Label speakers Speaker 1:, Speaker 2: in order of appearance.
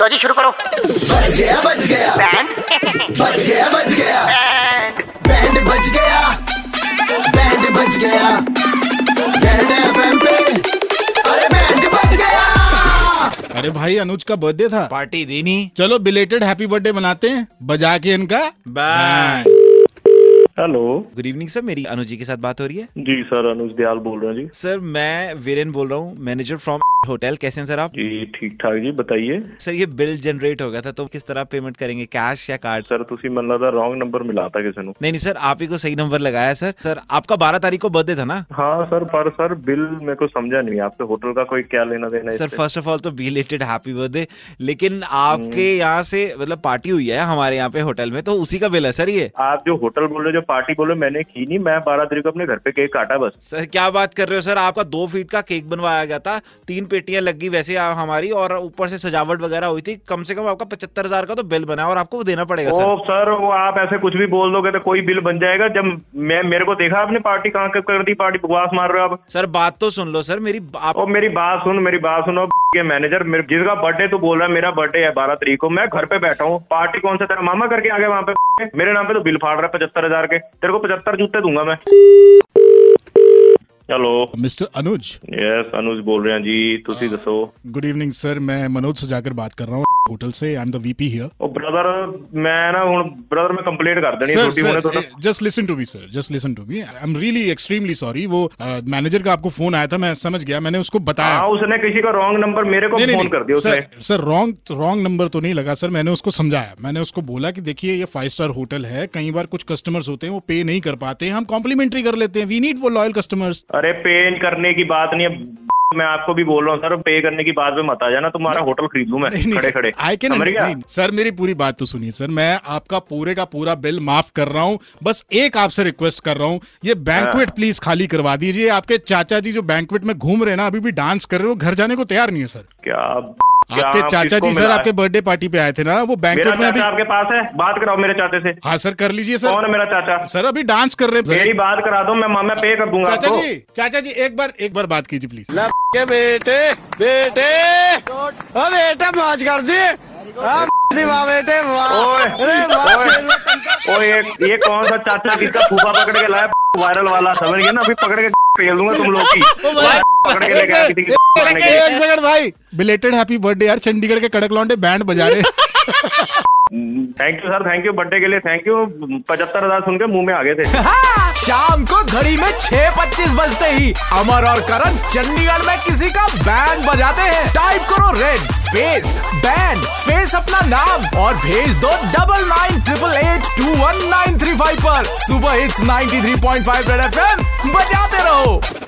Speaker 1: लो जी शुरू करो
Speaker 2: बच गया बच गया
Speaker 1: बैंड
Speaker 2: बच गया बच गया
Speaker 1: बैंड
Speaker 2: बैंड बच गया बैंड बच गया बैंड एफएम पे अरे बैंड बच गया
Speaker 3: अरे भाई अनुज का बर्थडे था
Speaker 4: पार्टी देनी
Speaker 3: चलो बिलेटेड हैप्पी बर्थडे मनाते हैं बजा के इनका
Speaker 4: bye
Speaker 5: hello
Speaker 4: good evening sir मेरी अनुज जी के साथ बात हो रही है
Speaker 5: जी सर अनुज दयाल बोल रहे हैं जी
Speaker 4: सर मैं वीरेन बोल रहा हूँ मैनेजर फ्रॉम होटल कैसे हैं सर आप
Speaker 5: ਜੀ ਠੀਕ ਠਾਕ ਜੀ ਬਤਾਈਏ
Speaker 4: सर ये बिल जनरेट हो गया था तो किस तरह पेमेंट करेंगे कैश या कार्ड
Speaker 5: ਸਰ ਤੁਸੀਂ ਮੈਨੂੰ ਲੱਗਦਾ ਰੋਂਗ ਨੰਬਰ ਮਿਲਾਤਾ ਕਿਸੇ ਨੂੰ
Speaker 4: नहीं नहीं सर आप ही को सही नंबर लगाया है, सर सर आपका बारह तारीख को बर्थडे था ना
Speaker 5: हाँ सर पर सर बिल मेरे को समझा नहीं आपसे होटल का कोई क्या लेना देना है
Speaker 4: सर
Speaker 5: इससे?
Speaker 4: फर्स्ट ऑफ ऑल तो बिलेटेड हैप्पी बर्थडे लेकिन आपके यहाँ से मतलब पार्टी हुई है हमारे यहाँ पे होटल में तो उसी का बिल है सर ये
Speaker 5: आप जो होटल बोल रहे हो जो पार्टी बोल रहे हो मैंने की नहीं मैं बारह तारीख को अपने घर पे केक काटा बस
Speaker 4: सर क्या बात कर रहे हो सर आपका दो फीट का केक बनवाया गया था तीन पेटियां लग गई वैसे आ- हमारी और ऊपर से सजावट वगैरह हुई थी कम से कम आपका पचहत्तर हजार का तो बिल बना और आपको वो देना पड़ेगा
Speaker 5: ओ
Speaker 4: सर
Speaker 5: सर वो आप ऐसे कुछ भी बोल दोगे तो कोई बिल बन जाएगा जब मैं मेरे को देखा आपने पार्टी कहाँ कब कर दी पार्टी बकवास मार रहे हो आप
Speaker 4: सर बात तो सुन लो सर मेरी ब- आप
Speaker 5: ओ मेरी बात सुन मेरी बात सुनो के मैनेजर मेरे जिसका बर्थडे तू बोल रहा है मेरा बर्थडे है बारह तारीख को मैं घर पे बैठा हूँ पार्टी कौन सा तेरा मामा करके आ गया वहाँ पे मेरे नाम पे तो बिल फाड़ रहा है पचहत्तर हजार के तेरे को पचहत्तर जूते दूंगा मैं hello
Speaker 3: mister Anuj
Speaker 5: yes Anuj बोल रहे हैं जी ਤੁਸੀਂ ਦੱਸੋ
Speaker 3: गुड इवनिंग सर मैं मनोज सुजाकर बात कर रहा हूँ होटल से I am the VP here
Speaker 5: ਉਹ ਬ੍ਰਦਰ ਮੈਂ ਨਾ ਹੁਣ ਬ੍ਰਦਰ मैं ਕੰਪਲੀਟ कर ਦੇਣੀ
Speaker 3: सर
Speaker 5: ਛੁੱਟੀ ਹੋਣੇ ਤੋਂ
Speaker 3: sir just listen to me sir just listen to me I am really extremely sorry वो मैनेजर का आपको फोन आया था मैं समझ गया मैंने उसको बताया
Speaker 5: हाँ उसने किसी का रॉन्ग नंबर मेरे को फोन कर दिया उसने
Speaker 3: sir sir wrong wrong number तो नहीं लगा सर मैंने उसको समझाया मैंने उसको बोला कि देखिए ये फाइव स्टार होटल है कई बार कुछ कस्टमर्स होते हैं वो पे नहीं कर पाते हैं हम कॉम्प्लीमेंट्री कर लेते हैं वी नीड वो लॉयल कस्टमर्स
Speaker 5: अरे पे करने की बात नहीं है मैं आपको भी बोल रहा हूँ सर पे करने की बात पे मत आ जाना तुम्हारा होटल खरीद लूं मैं खड़े खड़े
Speaker 3: आई कैन
Speaker 5: समझ गया
Speaker 3: सर मेरी पूरी बात तो सुनिए सर मैं आपका पूरे का पूरा बिल माफ कर रहा हूँ बस एक आपसे रिक्वेस्ट कर रहा हूँ ये बैंकवेट
Speaker 5: हाँ।
Speaker 3: प्लीज खाली करवा दीजिए आपके चाचा जी जो बैंकवेट में घूम रहे हैं ना अभी भी डांस कर रहे हो घर जाने को तैयार नहीं है सर
Speaker 5: क्या क्या
Speaker 3: आपके
Speaker 5: आप
Speaker 3: चाचा
Speaker 5: किसको
Speaker 3: जी सर
Speaker 5: मिला
Speaker 3: आपके
Speaker 5: है?
Speaker 3: बर्थडे पार्टी पे आए थे ना वो
Speaker 5: मेरा
Speaker 3: बैंकवेट में अभी
Speaker 5: चाचा आपके पास है बात कराओ मेरे चाचे से
Speaker 3: हाँ सर कर लीजिए
Speaker 5: कौन है
Speaker 3: सर
Speaker 5: मेरा चाचा
Speaker 3: सर अभी डांस कर रहे हैं
Speaker 5: मेरी
Speaker 3: सर।
Speaker 5: बात करा दो मैं मामा पे कर दूंगा
Speaker 3: चाचा
Speaker 5: आपको
Speaker 3: जी चाचा जी एक बार एक बार बात कीजिए प्लीज
Speaker 6: के बेटे बेटे ओ बेटे मौज कर दी हाँ, दी वाह बेटे वाह
Speaker 5: ओए,
Speaker 6: अरे वाह
Speaker 5: ओए।
Speaker 6: सिर में तनका-
Speaker 5: ओ ये ये कौन सा चाचा किसका फूफा पकड़ के लाया वायरल वाला समझ गया ना अभी पकड़ के फेल दूंगा तुम लोग की पकड़ के लेके आया किसी की पकड़ने के लिए।
Speaker 3: एक सेकंड भाई बिलेटेड हैप्पी बर्थडे यार चंडीगढ़ के कड़क लौंडे बैंड बजा रहे हैं।
Speaker 5: Thank you sir thank you birthday के लिए थैंक यू पचहत्तर हजार सुन के मुंह में आ गए थे
Speaker 6: हाँ, शाम को घड़ी में छह पच्चीस बजते ही अमर और करण चंडीगढ़ में किसी का बैंड बजाते हैं टाइप करो रेड स्पेस बैंड स्पेस अपना नाम और भेज दो double nine triple eight two one nine three five पर सुबह hits 93.5 three point five red F बजाते रहो